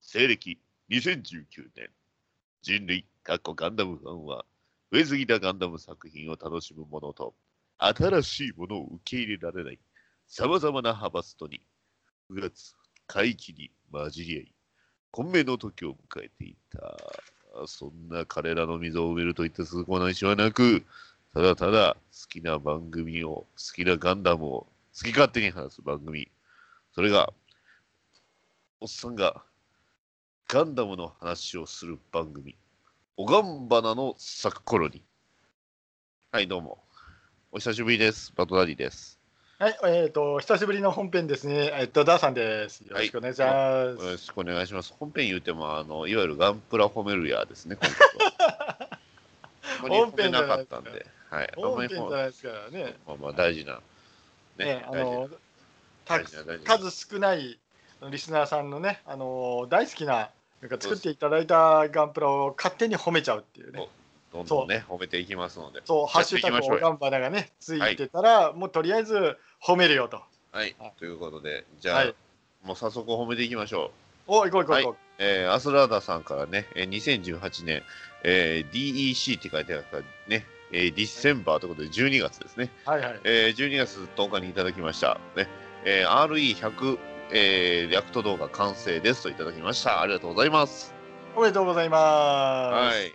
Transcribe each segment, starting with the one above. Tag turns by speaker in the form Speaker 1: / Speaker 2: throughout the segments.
Speaker 1: 西暦2019年、人類、かっこガンダムファンは、増えすぎたガンダム作品を楽しむものと、新しいものを受け入れられない、様々なハバストに、9月、回帰に混じり合い、混迷の時を迎えていた。そんな彼らの溝を埋めるといった崇高な意思はなく、ただただ好きな番組を、好きなガンダムを、好き勝手に話す番組。それが、おっさんがガンダムの話をする番組。おがんばなの咲く頃に。はい、どうも。お久しぶりです。バトダディです。
Speaker 2: はい、えっ、と、久しぶりの本編ですね。えっ、と、ダーさんです。よろしくお願いしま
Speaker 1: よろ
Speaker 2: す。
Speaker 1: しくお願いします。本編言うても、あの、いわゆるガンプラ褒めるやですね、今回は。
Speaker 2: 本編じ
Speaker 1: な
Speaker 2: ゃな
Speaker 1: か
Speaker 2: い
Speaker 1: っ
Speaker 2: です
Speaker 1: た
Speaker 2: か
Speaker 1: んで。はい。あん
Speaker 2: 本
Speaker 1: ま
Speaker 2: 編
Speaker 1: り
Speaker 2: じゃ
Speaker 1: ほん
Speaker 2: ないですからね。
Speaker 1: まあまあ大事な。
Speaker 2: ね
Speaker 1: ね、
Speaker 2: あ
Speaker 1: 大事な
Speaker 2: の、た
Speaker 1: 大事な大事な
Speaker 2: 数少ないリスナーさんのね、あの、大好きな、なんか作っていただいたガンプラを勝手に褒めちゃうっていうね。
Speaker 1: どんどんね、褒めていきますので。
Speaker 2: そう、ハッシュタグおがんばながね、ついてたら、もうとりあえず褒めるよと。
Speaker 1: はい
Speaker 2: はい。
Speaker 1: ということで、じゃあ、
Speaker 2: はい。
Speaker 1: もう早速褒めていきましょう。
Speaker 2: お、行こう行こう行こう。
Speaker 1: えーアスラーダさんからね、えー2018年、えー DEC って書いてあるからね、えーディセンバーということで12月ですね、
Speaker 2: はいはい。
Speaker 1: えー12月10日にいただきました、ねえー RE100、えー、リアクト動画完成ですといただきました。ありがとうございます。
Speaker 2: おめでとうございま
Speaker 1: は
Speaker 2: す。
Speaker 1: い。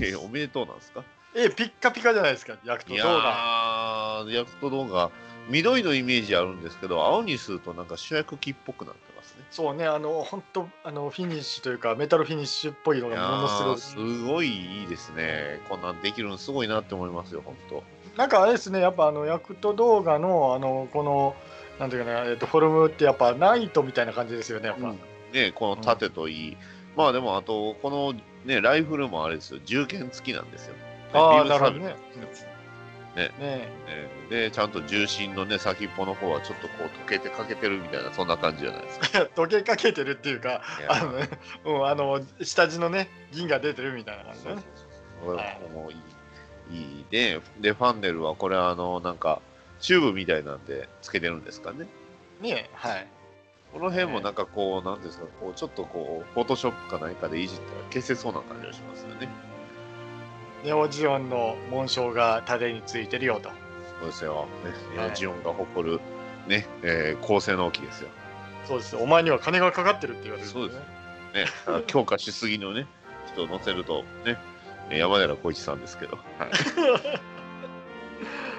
Speaker 1: 何 おめでとうなんですか
Speaker 2: え、ピッカピカじゃないですか、ヤクト
Speaker 1: い
Speaker 2: 動
Speaker 1: や
Speaker 2: 画。
Speaker 1: ー、リアクト動画、緑のイメージあるんですけど、青にするとなんか主役機っぽくなってますね。
Speaker 2: そうね、あの本当あのフィニッシュというかメタルフィニッシュっぽいの
Speaker 1: い
Speaker 2: が
Speaker 1: や
Speaker 2: ものすご
Speaker 1: ー
Speaker 2: い。
Speaker 1: すごいいいですね。こんなんできるのすごいなって思いますよ、本当。
Speaker 2: なんかあれですね、やっぱあのヤクト動画のあのこのなんていうかな、えっとフォルムってやっぱナイトみたいな感じですよね、やっぱ。
Speaker 1: ね、この盾といい、まあでもあとこの、ね、ライフルもあれですよ銃剣付きなんですよ。ね
Speaker 2: ああ、
Speaker 1: ビ
Speaker 2: な
Speaker 1: ー
Speaker 2: る
Speaker 1: ム
Speaker 2: ほ
Speaker 1: サー
Speaker 2: ど
Speaker 1: ベル
Speaker 2: ね。
Speaker 1: ね
Speaker 2: ね
Speaker 1: えーでちゃんと重心の、ね、先っぽの方はちょっとこう溶けてかけてるみたいなそんな感じじゃない ですか。
Speaker 2: 溶けかけてるっていうか、
Speaker 1: いや
Speaker 2: あの ね、うん、あの下地のね、銀が出てるみたいな感じ
Speaker 1: そうそ
Speaker 2: だ
Speaker 1: う
Speaker 2: ね。
Speaker 1: そうこれももういいいいででファンネルはこれあのなんかチューブみたいなんでつけてるんですかね。
Speaker 2: ねはい。
Speaker 1: この辺もなんかこう、なんていうんですか、こうちょっとこう、フォトショップか何かでいじったら消せそうな感じがしますよね。
Speaker 2: ネオジオンの紋章が盾についてるよと。
Speaker 1: そうですよ。ね、ネ
Speaker 2: はい
Speaker 1: オジオンが誇る、ね、えー高性能機ですよ。
Speaker 2: そうです。お前には金がかかってるって言われるんだよね、
Speaker 1: そう ね、あ強化しすぎのね、人を乗せると、ね、えー山寺宏一さんですけど、 はい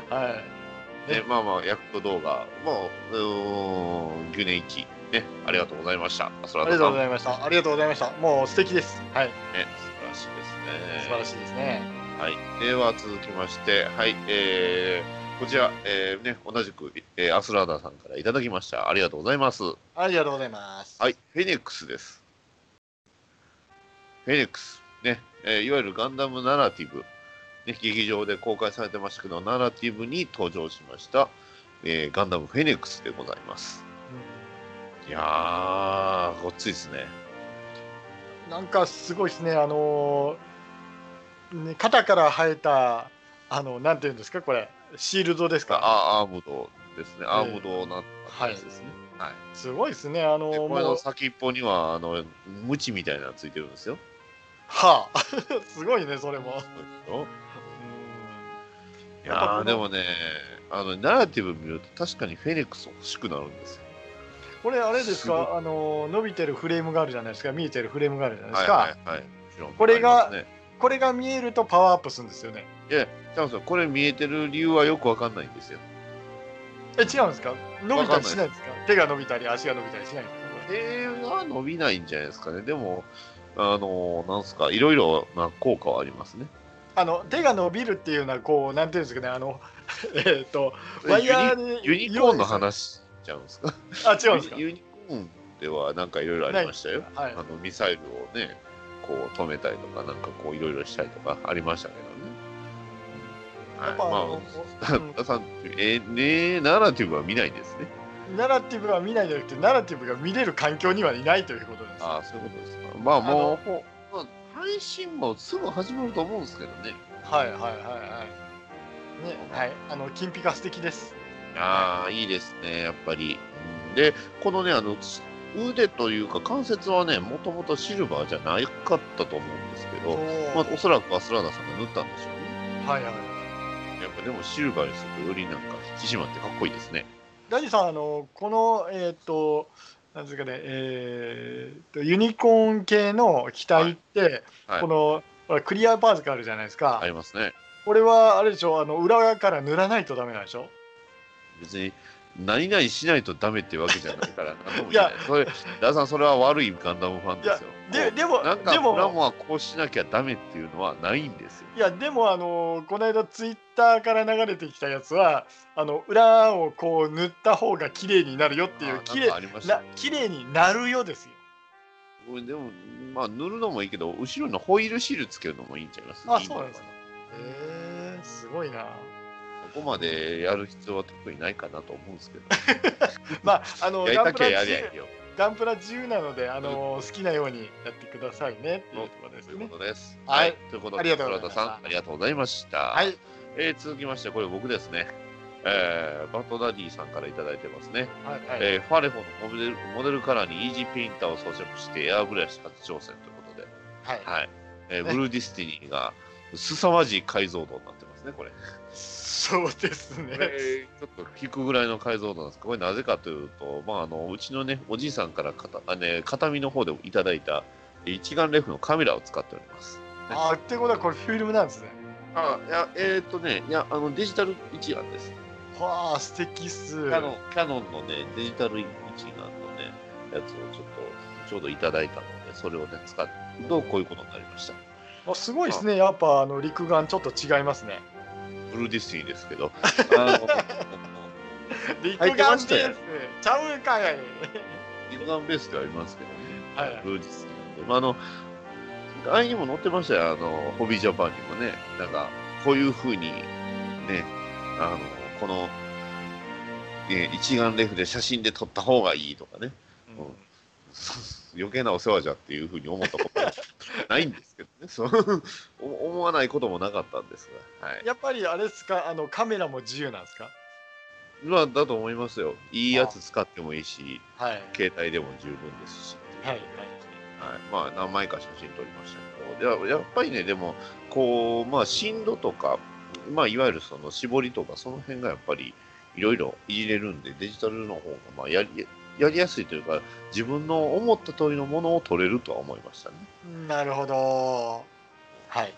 Speaker 2: はい。
Speaker 1: ね、まあまあ、ヤクト動画、もう、うーん、9年期、ね、ありがとうございました。あり
Speaker 2: ありがとうございました。ありがとうございました。もう素敵です。はい。
Speaker 1: ね、素晴らしいですね。
Speaker 2: 素晴らしいですね。
Speaker 1: はい、では続きまして、はい、えーこちら、えーね、同じく、えーアスラーダさんからいただきました。ありがとうございます。は
Speaker 2: ありがとうございます。
Speaker 1: い、フェネックスです。フェネックス、ね、えーいわゆるガンダムナラティブ、ね、劇場で公開されてましたけど、ナラティブに登場しました、えーガンダムフェネックスでございます。いやー、ごっついですね。
Speaker 2: うんなんかすごいですね。あのーね肩から生えたあのなんていうんですかこれシールドですか。
Speaker 1: あアームドですね、アームドなやつですね。はい
Speaker 2: すごいですね。あの
Speaker 1: で
Speaker 2: ー
Speaker 1: これ
Speaker 2: もう
Speaker 1: の先っぽにはあのムチみたいなのついてるんですよ。
Speaker 2: はあ すごいねそれも。
Speaker 1: い
Speaker 2: やっぱこ
Speaker 1: や
Speaker 2: の
Speaker 1: ーでもねあのナラティブ見ると確かにフェネックス欲しくなるんですよ。
Speaker 2: これあれです
Speaker 1: すごい
Speaker 2: かあのー伸びてるフレームがあるじゃないですか見えてるフレームがあるじゃないで
Speaker 1: は
Speaker 2: す
Speaker 1: い
Speaker 2: か。
Speaker 1: はいはい。もちろん
Speaker 2: これが
Speaker 1: ありますね、
Speaker 2: これが見えるとパワーアップするんですよね。
Speaker 1: いや多分さこれ見えてる理由はよくわかんないんですよ。
Speaker 2: え違うんですか伸びた
Speaker 1: わかんない
Speaker 2: りしないんですか手が伸びたり足が伸びたりしないんですかこれ
Speaker 1: 手は伸びないんじゃないですかね。でもあのなんすかいろいろな効果はありますね。
Speaker 2: あの手が伸びるっていうのはこうなんていうんですかねあの えーっとワイヤーに
Speaker 1: ユニユニコーンの話ちゃうんですか。
Speaker 2: あ違うんですか
Speaker 1: ユニユニコーンではなんかいろいろありましたよ。
Speaker 2: はい
Speaker 1: あのミサイルをね、こう止めたりとか、なんかこういろいろしたりとかありましたけどね。
Speaker 2: やっぱあ
Speaker 1: は
Speaker 2: の
Speaker 1: い、まあ、旦那さん、えー、ねーナラティブは見ないんですね。
Speaker 2: うんナラティブは見ないじゃなくてナラティブが見れる環境にはいないということです
Speaker 1: ああ、そういうことですか。まあもう、ほまあ、配信もすぐ始まると思うんですけどね。
Speaker 2: はいはいはいはいねはいあの金ピカ素敵です
Speaker 1: ああ、いいですね、やっぱり。うんで、このね、あの、腕というか関節はね、もともとシルバーじゃなかったと思うんですけ
Speaker 2: お
Speaker 1: ど、
Speaker 2: ー
Speaker 1: まあ、おそらくアスラーナさんが塗ったんでしょうね。
Speaker 2: はいはい
Speaker 1: やっぱでもシルバーにするとよりなんか引き締まってかっこいいですね。
Speaker 2: ダニさんあのこのえーっ、となんですかねえーっとユニコーン系の機体って、
Speaker 1: はい
Speaker 2: このほらクリアパーツがあるじゃないですか、
Speaker 1: ありますね。
Speaker 2: これはあれでしょあの裏側から塗らないとダメなんでしょ
Speaker 1: 別に何々しないとダメってわけじゃないから、何とも言えない。それ、ダーさん、それは悪いガンダムファンですよ。
Speaker 2: ででも
Speaker 1: なんか、
Speaker 2: で
Speaker 1: プラ
Speaker 2: も
Speaker 1: モはこうしなきゃダメっていうのはないんですよ。
Speaker 2: いやでもあのこの間ツイッターから流れてきたやつはあの裏をこう塗った方が綺麗になるよってい
Speaker 1: あ
Speaker 2: う
Speaker 1: ー
Speaker 2: 綺
Speaker 1: なんか
Speaker 2: 麗
Speaker 1: ありました
Speaker 2: な
Speaker 1: ね
Speaker 2: 綺麗になるよですよ
Speaker 1: これでも、まあ、塗るのもいいけど、後ろのホイールシールつけるのもいいんちゃいます
Speaker 2: あそうなんですか
Speaker 1: いい
Speaker 2: へえすごい な
Speaker 1: のそこまでやる必要は特にないかなと思うんですけど、
Speaker 2: まああの
Speaker 1: やり
Speaker 2: ガン
Speaker 1: た
Speaker 2: プ
Speaker 1: きゃ
Speaker 2: ラ
Speaker 1: や
Speaker 2: 自
Speaker 1: り
Speaker 2: 由
Speaker 1: ゃいいよ。
Speaker 2: ガンプラ自由なので、あの好きなようにやってくださいねっていうところです
Speaker 1: という
Speaker 2: ね。
Speaker 1: ことです。
Speaker 2: はい。
Speaker 1: ということ
Speaker 2: あり
Speaker 1: で、
Speaker 2: がとうござい
Speaker 1: 黒田
Speaker 2: ました
Speaker 1: さん、ありがとうございました。
Speaker 2: はい、
Speaker 1: えー続きまして、これ僕ですね。えーバトダディさんからいただいてますね。
Speaker 2: はい、はい、
Speaker 1: えーファレフォのモデルモデルカラーにイージーペインターを装着してエアブラシ初挑戦ということで、
Speaker 2: はい、
Speaker 1: はいえー
Speaker 2: ね
Speaker 1: ブルーディスティニーが凄まじい解像度になってますね、これ。
Speaker 2: そうですね。
Speaker 1: これ ちょっと聞くぐらいの解像度なんですけど、これなぜかというと、まあ、あのうちのね、おじいさんから片あ、ね、片身の方でいただいたえー一眼レフのカメラを使っております。
Speaker 2: あーってことはこれフィルムなんですね。
Speaker 1: あいや、えーっとね、いや、あのデジタル一眼です。
Speaker 2: わあ素敵っ
Speaker 1: キ
Speaker 2: す。
Speaker 1: ャノン、キャノンのね、デジタル一眼のね、やつをちょっと、ちょうどいただいたので、それをね、使うと、こういうことになりました。
Speaker 2: あすごいですね。やっぱあの陸眼ちょっと違いますね。
Speaker 1: ブルーディスティニーですけ ど、あの、
Speaker 2: 陸
Speaker 1: 入ってま
Speaker 2: 眼
Speaker 1: したよ
Speaker 2: です。ちゃうん かい。
Speaker 1: 肉眼ベースではありますけどね、
Speaker 2: はいはい
Speaker 1: ブルーディスティニーなんで、まあ、あの、あれにも載ってましたよ、あの、ホビージャパンにもね、なんか、こういうふうに、ね、あの、この、ね一眼レフで写真で撮った方がいいとかね、 うん余計なお世話じゃっていうふうに思ったことはないんですけどね、そう お思わないこともなかったんですが、はい
Speaker 2: やっぱりあれですか、あのカメラも自由なんですか。
Speaker 1: まあ、だと思いますよ、いいやつ使ってもいいし、
Speaker 2: はい。
Speaker 1: 携帯でも十分ですし、
Speaker 2: はいはい。
Speaker 1: はいまあ、何枚か写真撮りましたけど、ややっぱりね、でも、こう、まあ、振度とか、まあ、いわゆるその絞りとか、その辺がやっぱりいろいろいじれるんで、デジタルの方がまあやりやりやすいというか、自分の思った通りのものを撮れるとは思いましたね。
Speaker 2: なるほど。はい。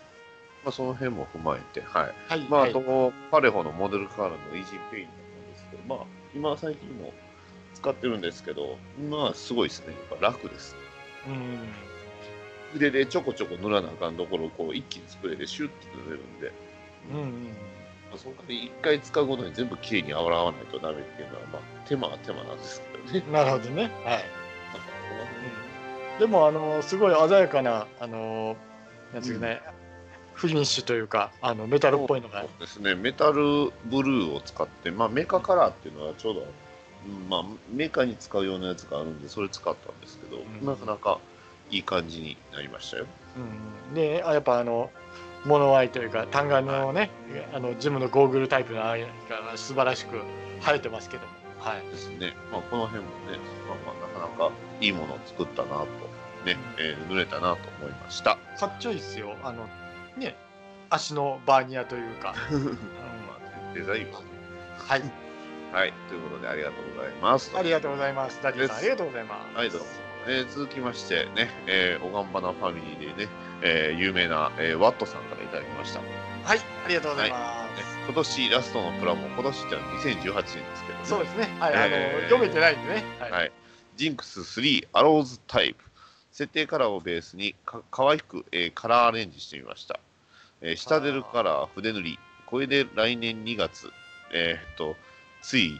Speaker 1: まあ、その辺も踏まえて、はい。
Speaker 2: はい。
Speaker 1: まあ、
Speaker 2: は
Speaker 1: あ
Speaker 2: い
Speaker 1: と、パレホのモデルカーラーのイージーペイントなんですけど、まあ、今最近も使ってるんですけど、まあ、すごいですね。やっぱ楽です。
Speaker 2: うん。
Speaker 1: 筆でちょこちょこ塗らなあかんところを、こう、一気にスプレーでシュッと塗れるんで、
Speaker 2: うんうん。
Speaker 1: まあ、そんなに一回使うことに全部きれいに洗わないとダメっていうのは、まあ、手間は手間なんですけどね。
Speaker 2: なるほどね。は
Speaker 1: な
Speaker 2: い。
Speaker 1: んかこの辺
Speaker 2: でもあのすごい鮮やかなあのなんていうかね、フィニッシュというかあのメタルっぽいのが
Speaker 1: そうですね、メタルブルーを使って、まあ、メカカラーっていうのはちょうど、うんまあ、メカに使うようなやつがあるんで、それ使ったんですけど、
Speaker 2: うん
Speaker 1: なかなかいい感じになりましたよ。
Speaker 2: うん、であやっぱあの物合いというか単眼のねあのジムのゴーグルタイプのあれが素晴らしく生えてますけどもはい
Speaker 1: ですね、まあ、この辺もね、まあ、まあなかなかいいものを作ったなと、ねえー、塗れたなと思いました。
Speaker 2: かっちょいいっすよあのね足のバーニアという か、うん
Speaker 1: まあデザインはね
Speaker 2: はい
Speaker 1: はい、ということでありがとうございます。
Speaker 2: ありがとうございますダディさん
Speaker 1: です
Speaker 2: ありがとうございます
Speaker 1: はいどうもえー続きましてね、えー、おがんばなファミリーでね、えー有名な、えーワットさんからいただきました。
Speaker 2: はいありがとうございます、
Speaker 1: ね今年ラストのプラモ、今年ってのは2018年ですけど、ね、
Speaker 2: そうですねはい、
Speaker 1: え
Speaker 2: あ
Speaker 1: ー
Speaker 2: の読めてないんでねはい、
Speaker 1: はい、ジンクス3アローズタイプ設定カラーをベースにか可愛く、えーカラーアレンジしてみました、えー下出るカラー筆塗りこれで来年2月えーっとつい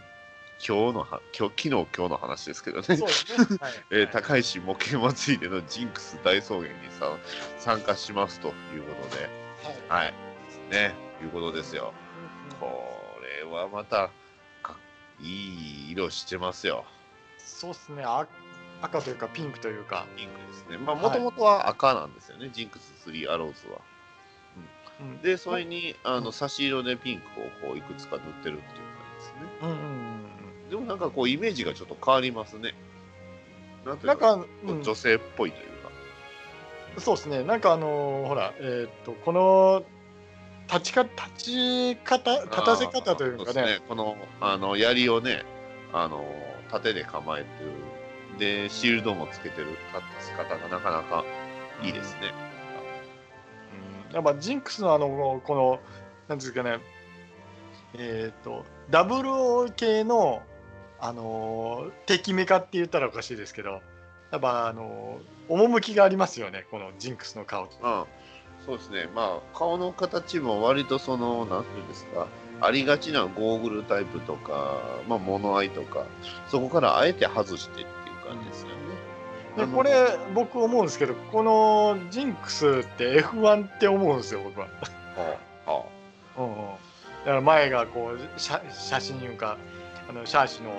Speaker 1: 今日のは今日昨日今日の話ですけどね
Speaker 2: そうですね、はい
Speaker 1: えー高石模型祭りでのジンクス大草原にさ参加しますということで
Speaker 2: はい
Speaker 1: はいねいうことですよこれはまたかいい色してますよ
Speaker 2: そうですねあ赤というかピンクというか、
Speaker 1: ピンクですね。まあ、
Speaker 2: はい
Speaker 1: もともとは赤なんですよね、ジンクス3アローズは。
Speaker 2: うん
Speaker 1: で、それに、あ
Speaker 2: う
Speaker 1: の、
Speaker 2: ん
Speaker 1: 差し色でピンクをこう、いくつか塗ってるっていう感じですね。
Speaker 2: うんうんうんうん
Speaker 1: でもなんかこう、イメージがちょっと変わりますね。なんてい
Speaker 2: な
Speaker 1: うんか、
Speaker 2: か、うん
Speaker 1: 女性っぽいというか。
Speaker 2: そうですね、なんかあのーほら、えーっと、この立ちか立ち方、立たせ方というか
Speaker 1: そ
Speaker 2: ね、
Speaker 1: ですこのあの槍をねあの盾で構えてるでシールドもつけてる立つ方がなかなかいいですね、
Speaker 2: うんやっぱジンクスのあの、この、なんていうんですかね、えーっと、ダブル系の、あのー敵メカって言ったらおかしいですけど、やっぱ、あのー趣がありますよね、このジンクスの
Speaker 1: う
Speaker 2: 顔。
Speaker 1: んそうですねまあ顔の形も割とそのなんていうんですかありがちなゴーグルタイプとか、まあ、物合いとかそこからあえて外してっていう感じですよね、
Speaker 2: で
Speaker 1: あの
Speaker 2: これ、僕思うんですけど、このジンクスって F1 って思うんですよ、僕は。
Speaker 1: はあは
Speaker 2: うんうん、だから前がこう写写真いうかあのシャーシの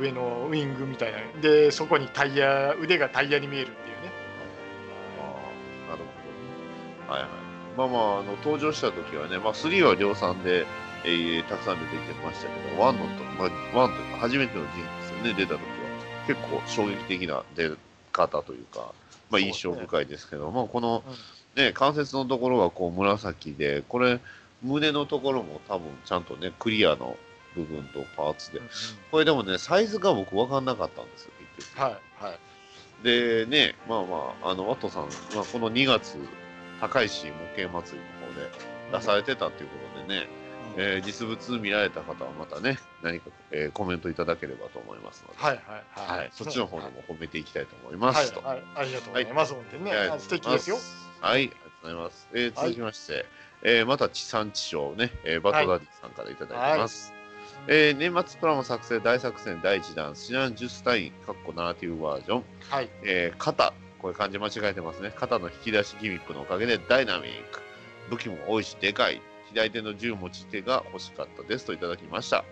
Speaker 2: 上のウイングみたいなでそこにタイヤ腕がタイヤに見えるっていうね
Speaker 1: あなるほどはいはいまあまああの登場した時はね、まあ、3は量産で、えーたくさん出てきてましたけど1のと、まあ、1というか初めてのジンクスね出た時は結構衝撃的な出方というか、まあ、
Speaker 2: そうね
Speaker 1: 印象深いですけど、まあこの
Speaker 2: うん、
Speaker 1: ね、関節のところがこう紫でこれ胸のところも多分ちゃんとねクリアの部分とパーツでこれでもねサイズが僕分かんなかったんですよ結局
Speaker 2: はいはい
Speaker 1: でね、まあまあ、あの、ワットさん、まあ、この2月、高石模型祭りの方で出されてたということでね、
Speaker 2: うん
Speaker 1: えー実物見られた方はまたね、何か、えーコメントいただければと思いますので、
Speaker 2: はいはい
Speaker 1: はい、そっちの方にも褒めていきたいと思い
Speaker 2: は
Speaker 1: ま
Speaker 2: いは
Speaker 1: すと。
Speaker 2: い、はい、ありがとうございます、本当にね
Speaker 1: はい
Speaker 2: あ素敵ですよ
Speaker 1: はい、ありがとうございます。えー続きまして、えーまた地産地消ね、えーバトダディさんからいただいてます。えー年末プラモ作成大作戦第1弾、シナンジュスタイン、カッコナラティブバージョン、
Speaker 2: はい
Speaker 1: えー肩、これ漢字間違えてますね。肩の引き出しギミックのおかげでダイナミック。武器も多いし、でかい。左手の銃持ち手が欲しかったですといただきました。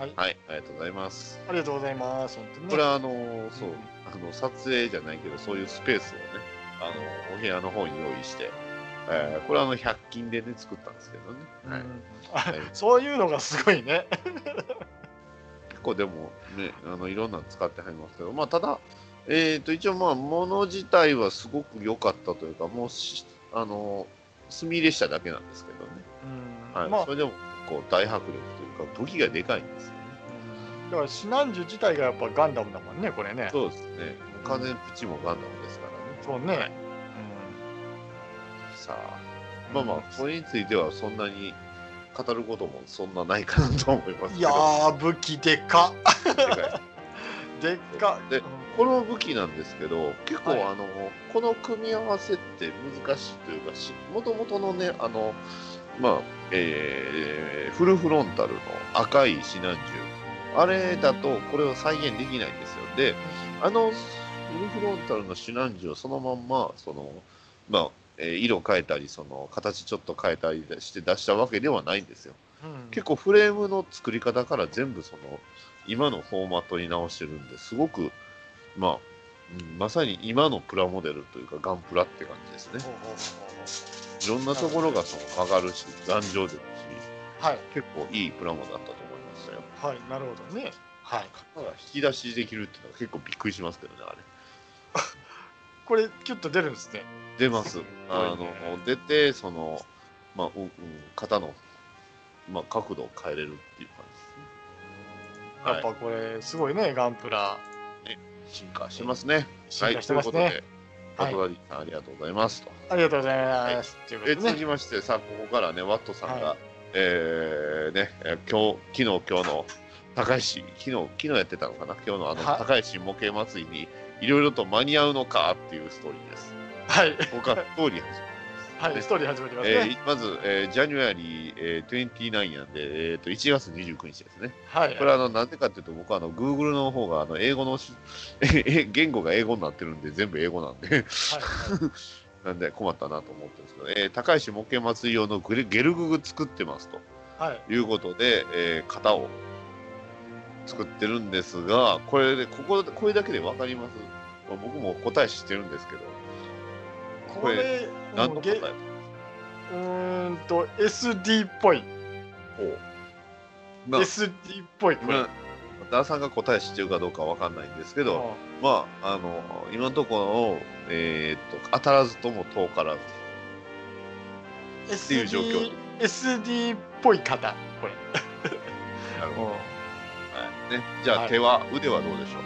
Speaker 2: はい
Speaker 1: はい、ありがとうございます。
Speaker 2: ありがとうございます本当に
Speaker 1: こ
Speaker 2: ね
Speaker 1: れはあのーそう
Speaker 2: うん、
Speaker 1: あの、撮影じゃないけど、そういうスペースをね、あの、お部屋の方に用意して、えーこれはあの、100均でね、作ったんですけどね。
Speaker 2: うん
Speaker 1: はい。
Speaker 2: あ
Speaker 1: はい
Speaker 2: そういうのがすごいね
Speaker 1: 結構でもね、あのいろんなの使ってはりますけど、まあ、ただ、えー、と一応、まあ、物自体はすごく良かったというか、もうしあの墨入れしただけなんですけどね、
Speaker 2: うん
Speaker 1: はい
Speaker 2: まあ
Speaker 1: それでもこう大迫力というか、武器がでかいんですよね。
Speaker 2: だからシナンジュ自体がやっぱガンダムだもんねこれね
Speaker 1: そうですね、もう完全にプチもガンダムですからね。
Speaker 2: そうね、
Speaker 1: はいさあ、まあまあ、これについてはそんなに語ることもそんなないかなと思いますけど。
Speaker 2: いやー武器でか
Speaker 1: で
Speaker 2: っ
Speaker 1: かいです
Speaker 2: でっかっ
Speaker 1: で
Speaker 2: うん
Speaker 1: この武器なんですけど結構、
Speaker 2: はい
Speaker 1: あのこの組み合わせって難しいというかし元々のねあのまあ、えーフルフロンタルの赤いシナンジュあれだとこれを再現できないんですよであのフルフロンタルのシナンジュをそのまんまそのまあえー色変えたりその形ちょっと変えたりして出したわけではないんですよ
Speaker 2: うん
Speaker 1: 結構フレームの作り方から全部その今のフォーマットに直してるんですごくまあうんまさに今のプラモデルというかガンプラって感じですね
Speaker 2: ほうほうほう
Speaker 1: いろんなところがその曲がるし頑丈ですし
Speaker 2: ほうはい
Speaker 1: 結構いいプラモだったと思いましたよ
Speaker 2: はいなるほどねはい
Speaker 1: ただ引き出しできるっていうのは結構びっくりしますけどねあれ
Speaker 2: これキュッと出るんですね
Speaker 1: 出ますあ
Speaker 2: すごいね
Speaker 1: の出てそのまあ、うんうん、肩の、まあ、角度を変えれるっていう感
Speaker 2: やっぱこれすごいねガンプラ
Speaker 1: じですね進化してますね
Speaker 2: 進化してます
Speaker 1: はい、ということ
Speaker 2: ねは
Speaker 1: で、バトダ
Speaker 2: い
Speaker 1: ディさんありがとうございますと。
Speaker 2: ありがとうございますとい
Speaker 1: え
Speaker 2: うことで
Speaker 1: 続
Speaker 2: ね
Speaker 1: きまして、さあ、ここからね、ワットさんが、
Speaker 2: は
Speaker 1: えーね、えー今日、昨日、今日の高石、昨日、昨日やってたのかな、今日のあの
Speaker 2: は
Speaker 1: 高石模型祭りに、いろいろと間に合うのかっていうストーリーです。
Speaker 2: はい
Speaker 1: 僕はストーリー始ま り
Speaker 2: はい
Speaker 1: ま
Speaker 2: ス
Speaker 1: す。
Speaker 2: トーリー始まります
Speaker 1: え
Speaker 2: ね
Speaker 1: ーまず、えージャニュアリー、えー、29なんで、えー、と1月29日ですね。
Speaker 2: はい
Speaker 1: これはあのなぜかというと、僕はあの Google の方があの英語のし 言語が英語になってるんで、全部英語なんで、
Speaker 2: はい
Speaker 1: なんで困ったなと思ってるんですけど、えー高石模型祭り用のグレゲルググ作ってますと
Speaker 2: はいはい
Speaker 1: いうことで、えー型を作ってるんですが、これで、ここ、これだけでわかります。まあ僕も答え知ってるんですけど、
Speaker 2: こ
Speaker 1: こ
Speaker 2: れ
Speaker 1: れ
Speaker 2: も
Speaker 1: 何
Speaker 2: う
Speaker 1: の
Speaker 2: げ
Speaker 1: 答え
Speaker 2: うーんと SD っぽい
Speaker 1: ほう。まあ
Speaker 2: SD っぽいこれ
Speaker 1: まあダーさんが答え知ってるかどうかわかんないんですけど、
Speaker 2: うん
Speaker 1: まあ、あの、今のところ、えーっと、当たらずとも遠からず。ていう状況
Speaker 2: SD, SD っぽい方これ、
Speaker 1: なるほど。はいね、じゃあ、手は、腕はどうでしょ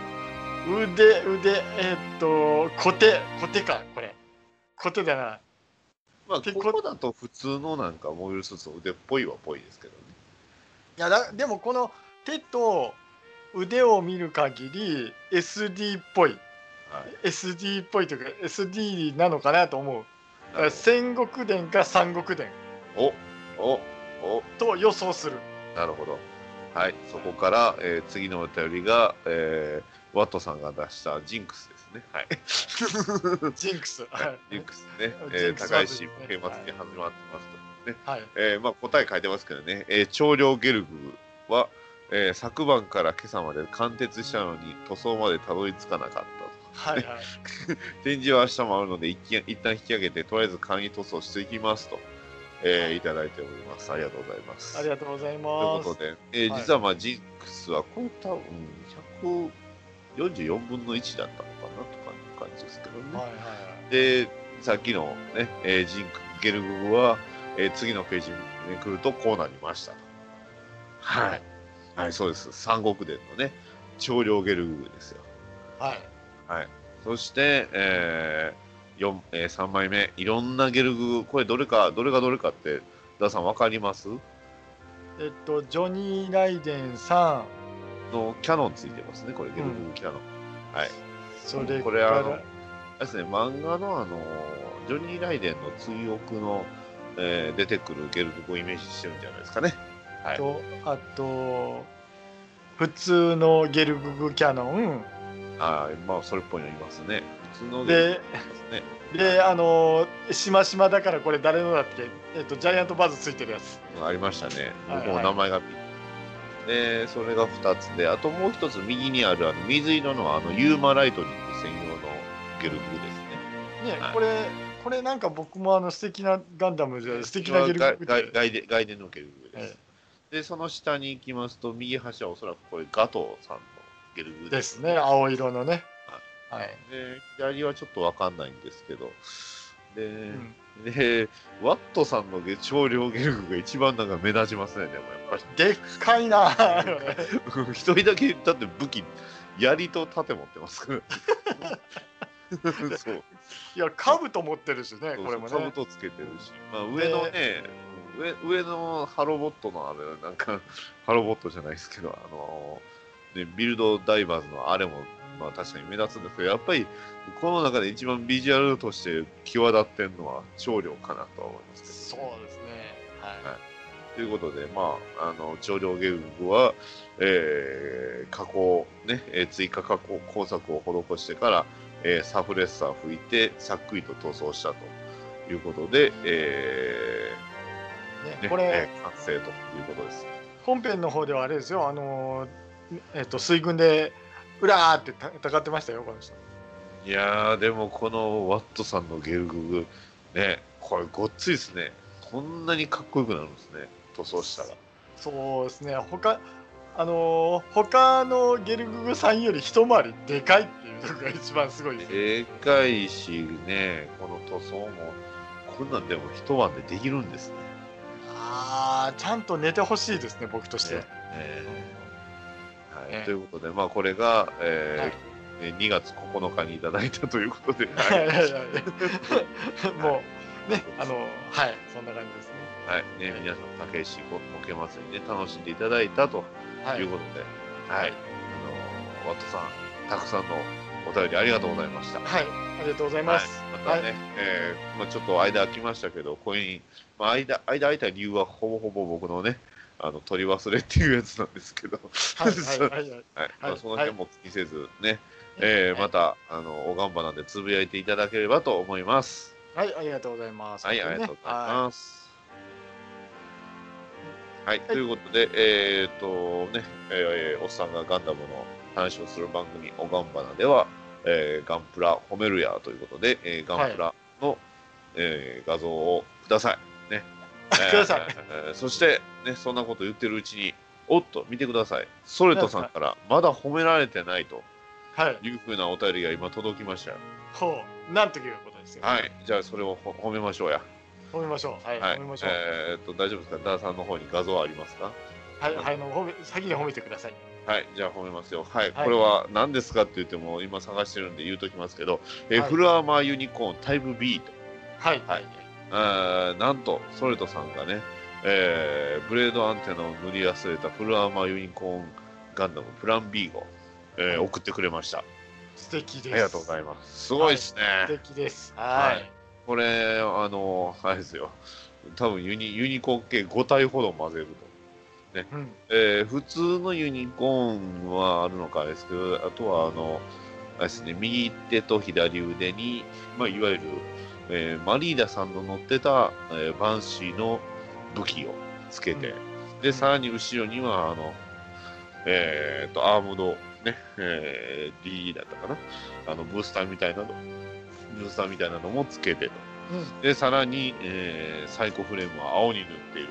Speaker 1: う
Speaker 2: 腕腕えーっとコテコテかこれコテだな
Speaker 1: まあ、
Speaker 2: で
Speaker 1: ここだと普通のなんかもう一つ腕っぽいはっぽいですけどね。
Speaker 2: いやだでもこの手と腕を見る限り SD っぽい
Speaker 1: はい。
Speaker 2: SD っぽいというか SD なのかなと思うだから戦国伝か三国伝
Speaker 1: お、お、
Speaker 2: と予想する
Speaker 1: なるほど。はい、そこから、えー次のお便りが、えーワットさんが出したジンクスですね。 はい。
Speaker 2: ジンクス
Speaker 1: はいジン
Speaker 2: は
Speaker 1: クスね、
Speaker 2: ジ
Speaker 1: えー
Speaker 2: ンクス
Speaker 1: 高
Speaker 2: は
Speaker 1: いし、平松に始まってますと。
Speaker 2: い
Speaker 1: えーまあ、答え書いてますけどね、えー、長領ゲルグは、えー昨晩から今朝まで貫徹したのに塗装までたどり着かなかったと。
Speaker 2: はいはい
Speaker 1: 展示は明日もあるので一気一旦引き上げてとりあえず簡易塗装していきますと、えーいただいておりますありがとうございます
Speaker 2: ありがとうござ
Speaker 1: とい
Speaker 2: い
Speaker 1: う
Speaker 2: ま
Speaker 1: こと
Speaker 2: す
Speaker 1: で、えー
Speaker 2: はい
Speaker 1: 実はまあジンクスはこれ多分144分の1だったのかなとかいう感じですけどね、
Speaker 2: はいはいはい
Speaker 1: でさっきのね、えージンクゲルググは、えー次のページに来るとこうなりましたとはい、はい、そうです三国伝のね長領ゲルググですよ
Speaker 2: はい
Speaker 1: そして、えー四えー、3枚目、いろんなゲルグ、これどれか、どれがどれかって、ダーさん分かります
Speaker 2: えっとジョニー・ライデンさ
Speaker 1: のキャノンついてますね、これ、ゲルグキャノン。はい。
Speaker 2: んそれ
Speaker 1: こ
Speaker 2: か
Speaker 1: れあの
Speaker 2: ら
Speaker 1: あれですね、漫画のあの、ジョニー・ライデンの追憶の、えー出てくるゲルグをイメージしてるんじゃないですかね。はい。
Speaker 2: とあと普通のゲルググキャノン
Speaker 1: あーまあ、それっぽいのいますね。普通のゲルグ
Speaker 2: で
Speaker 1: いますね。
Speaker 2: であのしましまだからこれ誰のだっけ、えっと、ジャイアントバズついてるやつ
Speaker 1: ありましたね。
Speaker 2: はいはい
Speaker 1: 僕も名前がピンで、それが2つで、あともう1つ右にあるあの水色のあのユーマライトニング専用のゲルグですね。
Speaker 2: ね
Speaker 1: はい
Speaker 2: これこれなんか僕もあの素敵なガンダムで素敵なゲルググ
Speaker 1: ガ
Speaker 2: っ
Speaker 1: イ
Speaker 2: て
Speaker 1: ガイデガイデンのゲルグです、
Speaker 2: え
Speaker 1: で、その下に行きますと、右端はおそらくこれガトーさんのゲルグ
Speaker 2: ですね。青色のねはい、
Speaker 1: で、左はちょっとわかんないんですけど、で、
Speaker 2: うん
Speaker 1: で、ワットさんのゲ超量ゲルグが一番なんか目立ちますね、でもやっぱり。
Speaker 2: でっか いな
Speaker 1: 一人だけだって武器槍と盾持ってますから そう
Speaker 2: いや兜持ってるしねこれも
Speaker 1: そう
Speaker 2: ね
Speaker 1: 兜つけてるし、まあ、上のね上上のハロボットのあれなんか ハロボットじゃないですけどあのね、ビルドダイバーズのあれも、まあ、確かに目立つんですけどやっぱりこの中で一番ビジュアルとして際立ってるのは長領かなとは思いますけど
Speaker 2: そうですねはい
Speaker 1: ということで、まあ、あの、長領ゲームは、えー、加工、ね、えー追加加工工作を施してから、えーサフレッサー拭いて、さっくりと塗装したということで、えー
Speaker 2: ね
Speaker 1: ね、
Speaker 2: これ、
Speaker 1: えー完成ということです。
Speaker 2: 本編の方ではあれですよあのーえっと水軍でうらーってた戦ってましたよこの人
Speaker 1: いやー、でもこのワットさんのゲルググ、ね、これごっついですね。こんなにかっこよくなるんですね、塗装したら。
Speaker 2: そうですね他あのー他のゲルググさんより一回りでかいっていうのが一番すごいです
Speaker 1: でかいしね、この塗装も、こんなんでも一晩でできるんですね。
Speaker 2: あーちゃんと寝てほしいですね僕として、
Speaker 1: ねえーはい
Speaker 2: ね
Speaker 1: ということで、まあ、これが、えー
Speaker 2: はい
Speaker 1: えー2月9日にいただいたということ で、
Speaker 2: は
Speaker 1: はいい
Speaker 2: はいはいもうね
Speaker 1: そうです
Speaker 2: あのはいそんな感じですね
Speaker 1: はいね、皆さん、たけしこもけ祭りね、楽しんでいただいたと
Speaker 2: はいいう
Speaker 1: ことで、はいあのーワットさん、たくさんのお便りありがとうございました。
Speaker 2: はいありがとうございます、
Speaker 1: はい、またね、えーまあ、ちょっと間空きましたけど、これに、まあ、間間空いた理由はほぼほぼ僕のね、あの取り忘れっていうやつなんですけど、
Speaker 2: はい はいはいはい
Speaker 1: はいま
Speaker 2: は
Speaker 1: あ、
Speaker 2: い
Speaker 1: その辺も気にせずね、えーまたあのおがんばなんでつぶやいていただければと思います。
Speaker 2: はいありがとうございます
Speaker 1: はい、ありがとうござい
Speaker 2: は
Speaker 1: ます。はい、ということで、えーっとね、えーおっさんがガンダムの話をする番組、おがんばなでは、えーガンプラ褒めるやということで、えーガンプラの、えー画 像をください。ね。
Speaker 2: ください
Speaker 1: えーえーそして、ね、そんなこと言ってるうちに、おっと、見てください。ソレトさんから、まだ褒められてないと
Speaker 2: はい。
Speaker 1: いうふうなお便りが今届きましたよ。
Speaker 2: ほう。なんということですよ。
Speaker 1: はい。じゃあ、それをほ褒めましょうや。
Speaker 2: 褒めましょう。はい。
Speaker 1: はい。
Speaker 2: 褒めましょう。
Speaker 1: えーっと、大丈夫ですかダーさんの方に画像ありますか
Speaker 2: はい。はい。あの褒め先に褒めてください。
Speaker 1: はい、じゃあ褒めますよ。はい、
Speaker 2: はい
Speaker 1: これは何ですかって言っても今探してるんで言うときますけど、えー
Speaker 2: はい
Speaker 1: フルアーマーユニコーンタイプ B と、
Speaker 2: はい。
Speaker 1: はいあーなんとソレトさんがね、えーブレードアンテナを塗り忘れたフルアーマーユニコーンガンダムプラン B を、えー送ってくれました。あ
Speaker 2: 素敵です。
Speaker 1: りがとうございます。すごいですね。
Speaker 2: 素敵です。はい。
Speaker 1: はいこれ、あの、あれですよ。多分ユニユニコーン系5体ほど混ぜると。
Speaker 2: うん。
Speaker 1: えー普通のユニコーンはあるのかあれですけど、あとはあの、あれですね、右手と左腕に、まあ、いわゆる、えーマリーダさんの乗ってた、えーバンシーの武器をつけて、で、さらに後ろには、あの、えーと、アームド、ね、えー D だったかな、あの、ブースターみたいなの、ブースターみたいなのもつけてと。
Speaker 2: うん。うん。
Speaker 1: で、さらに、えーサイコフレームは青に塗っている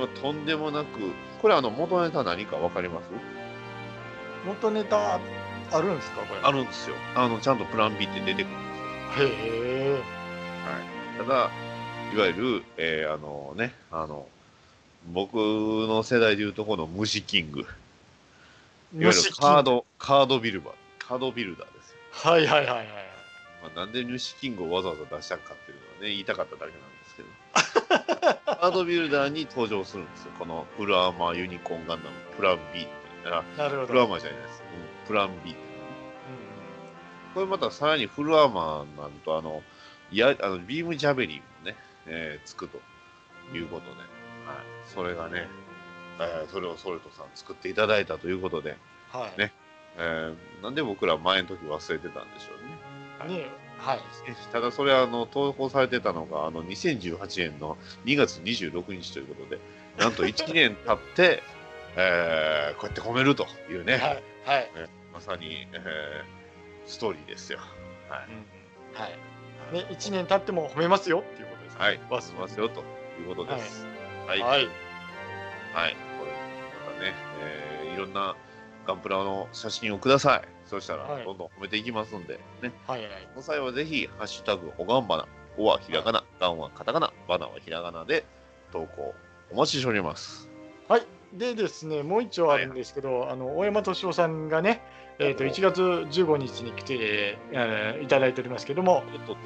Speaker 1: という。まあ、とんでもなく、これあの元ネタ何か分かります
Speaker 2: 元ネタあるんですかこれ。
Speaker 1: あるんですよ。あの、ちゃんとプラン B って出てくるんですよ。
Speaker 2: へえ。
Speaker 1: ただ、いわゆる、えーあのね、あの、僕の世代でいうとこの虫キング。いわゆる
Speaker 2: 虫
Speaker 1: カード、カードビルバー、カードビルダーですよ。
Speaker 2: はいはいはいはい。
Speaker 1: まあ、なんで虫キングをわざわざ出したんかっていうのはね、言いたかっただけなんです けど。カードビルダーに登場するんですよ。このプラーマーユニコーンガンダム、プラン B っていう。あ、
Speaker 2: なるほ
Speaker 1: プラー
Speaker 2: ど。
Speaker 1: マーじゃないです。うん、プラン B
Speaker 2: う
Speaker 1: これまたさらにフルアーマーになると、あの、やあのビームジャベリンもね、えーつくと
Speaker 2: ん
Speaker 1: いうことで、はい、それがね、えーそれをソルトさん作っていただいたということで、
Speaker 2: はい。
Speaker 1: ねえーなんで僕ら前の時忘れてたんでしょうね。
Speaker 2: ね。はい。
Speaker 1: えただそれはあの投稿されてたのがあの2018年の2月26日ということで、なんと1年経って、えーこうやって褒めるというね、
Speaker 2: はい。はい。
Speaker 1: まさに、えーストーリーですよ。はい
Speaker 2: はい。ね、一年経っても褒めますよっていうことです、ね。
Speaker 1: はい、
Speaker 2: 忘
Speaker 1: す
Speaker 2: れ
Speaker 1: ま
Speaker 2: ます
Speaker 1: よということです。はい、
Speaker 2: い。
Speaker 1: はい、
Speaker 2: はい。
Speaker 1: これまたね、えーいろんなガンプラの写真をください。そうした
Speaker 2: は
Speaker 1: ら
Speaker 2: い
Speaker 1: どんどん褒めていきますんで、ね。
Speaker 2: はい。はい
Speaker 1: この際はぜひハッシュタグおがんばな、おはひらがな、がんはカタカナ、ばなはひらがなで投稿お待ちしております。
Speaker 2: でですね、もう一丁あるんですけど、あの大山敏夫さんがね、えー、と1月15日に来て、えーいただいておりますけども
Speaker 1: お、っとっとっとっ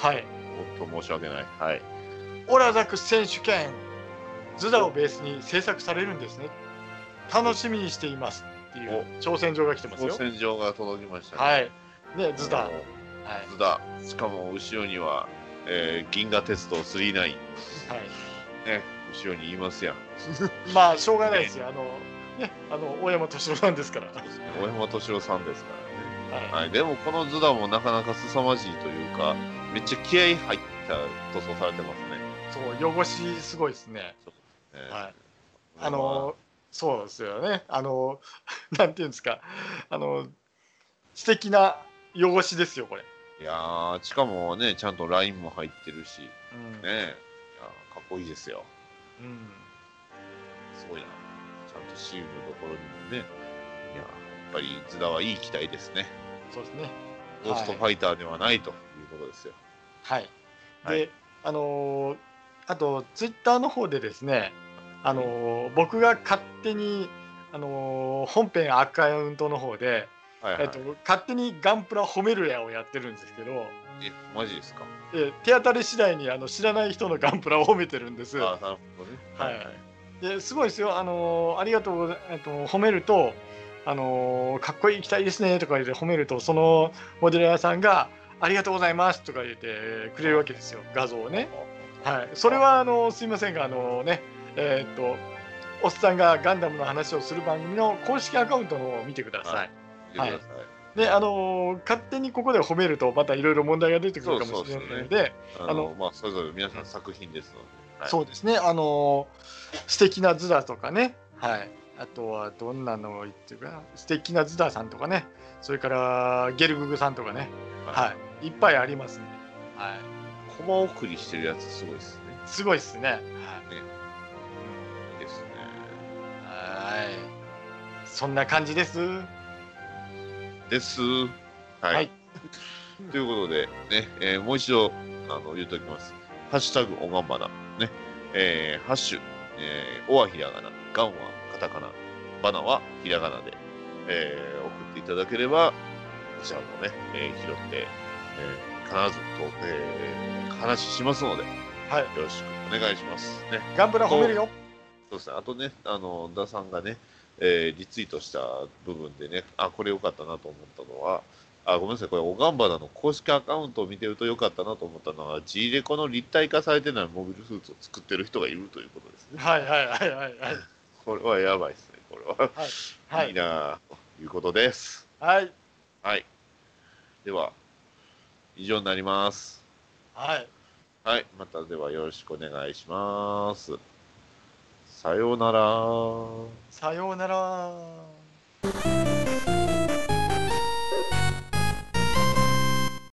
Speaker 1: と、
Speaker 2: はい、
Speaker 1: おっと申し訳ない。はい。
Speaker 2: オラザク選手権、ズダをベースに制作されるんですね。楽しみにしていますっていう挑戦状が来てます
Speaker 1: 挑
Speaker 2: よ。
Speaker 1: 戦状が届きました、。
Speaker 2: はいい。ね、ズダ。はい。
Speaker 1: ズダ。しかも後ろには、えー銀河鉄道39。
Speaker 2: はい
Speaker 1: ね、後ろにいますやん。
Speaker 2: まあ、しょうがないですよ。あの、ね、あの、大山敏夫さんですから。
Speaker 1: そうですね大山敏夫さんですからね。
Speaker 2: は
Speaker 1: はい、でもこのズダもなかなか凄まじいというか、めっちゃ気合い入った塗装されてますね。
Speaker 2: い。そう、汚しすごいですね。
Speaker 1: えー
Speaker 2: はい。あの、そうですよね。あの、 なんていうんですか。あの、素敵な汚しですよ、これ。
Speaker 1: いやー、しかもね、ちゃんとラインも入ってるし、ね
Speaker 2: うん
Speaker 1: え、いやーかっこいいですよ。
Speaker 2: うん。
Speaker 1: すごいな。ちゃんとシールのところにもね、いやーやっぱりズダはいい機体ですね。
Speaker 2: そうですね。
Speaker 1: ゴーストファイターではないということですよ。
Speaker 2: はい。で、
Speaker 1: はい
Speaker 2: あのーあとツイッターの方でですね、あのー僕が勝手にあのー本編アカウントの方で、
Speaker 1: はい、はい、
Speaker 2: えっと勝手にガンプラ褒めるやをやってるんですけど、
Speaker 1: え、マジですか。
Speaker 2: え手当たり次第にあの知らない人のガンプラを褒めてるんです。
Speaker 1: あーなるほどね。
Speaker 2: はいですごいですよ。あのーありがとうござい、えっと褒めると。あのーかっこいい機体ですねとか言って褒めるとそのモデル屋さんが「ありがとうございます」とか言ってくれるわけですよ画像をね。はい、それはあのすいませんがあの、ねえーっとおっさんがガンダムの話をする番組の公式アカウントの方を見てください。
Speaker 1: はい見てください
Speaker 2: であの勝手にここで褒めるとまたいろいろ問題が出てくるかもしれないのでそう
Speaker 1: あの
Speaker 2: あの
Speaker 1: まあ、それぞれ皆さん作品ですので。はい
Speaker 2: ですねあの素敵なズダとかね、はい、あとはどんなのを言ってるかな素敵なズダさんとかねそれからゲルググさんとかね、はい、いっぱいありますんで、はい、
Speaker 1: コマ送りしてるやつすごいですね。
Speaker 2: すごいですね。はい
Speaker 1: いいですね。
Speaker 2: はそんな感じです。
Speaker 1: です。はい。
Speaker 2: はい
Speaker 1: ということで、ね、えーもう一度、あの、言っておきます。ハッシュタグ、おがんばな。ね、えーハッシュ、えーおはひらがな、がんはカタカナ、ばなはひらがなで、えー送っていただければ、こちらもね、えー拾って、えー必ずと、えー話しますので、
Speaker 2: はい
Speaker 1: よろしくお願いします。ね。
Speaker 2: ガンプラ褒めるよ。
Speaker 1: そうですね、あとね、あの、ダさんがね、えーリツイートした部分でね、あ、これ良かったなと思ったのは、あ、ごめんなさい、これ、オガンバナの公式アカウントを見てると良かったなと思ったのは、G レコの立体化されてないモビルスーツを作ってる人がいるということですね。
Speaker 2: はいはいはいはいはい。
Speaker 1: これはやばいですね、これは。、
Speaker 2: はい
Speaker 1: い
Speaker 2: い。
Speaker 1: なあということです。
Speaker 2: はい。
Speaker 1: はい。では、以上になります。
Speaker 2: はい。
Speaker 1: はい、またではよろしくお願いします。さようなら。
Speaker 2: さようなら。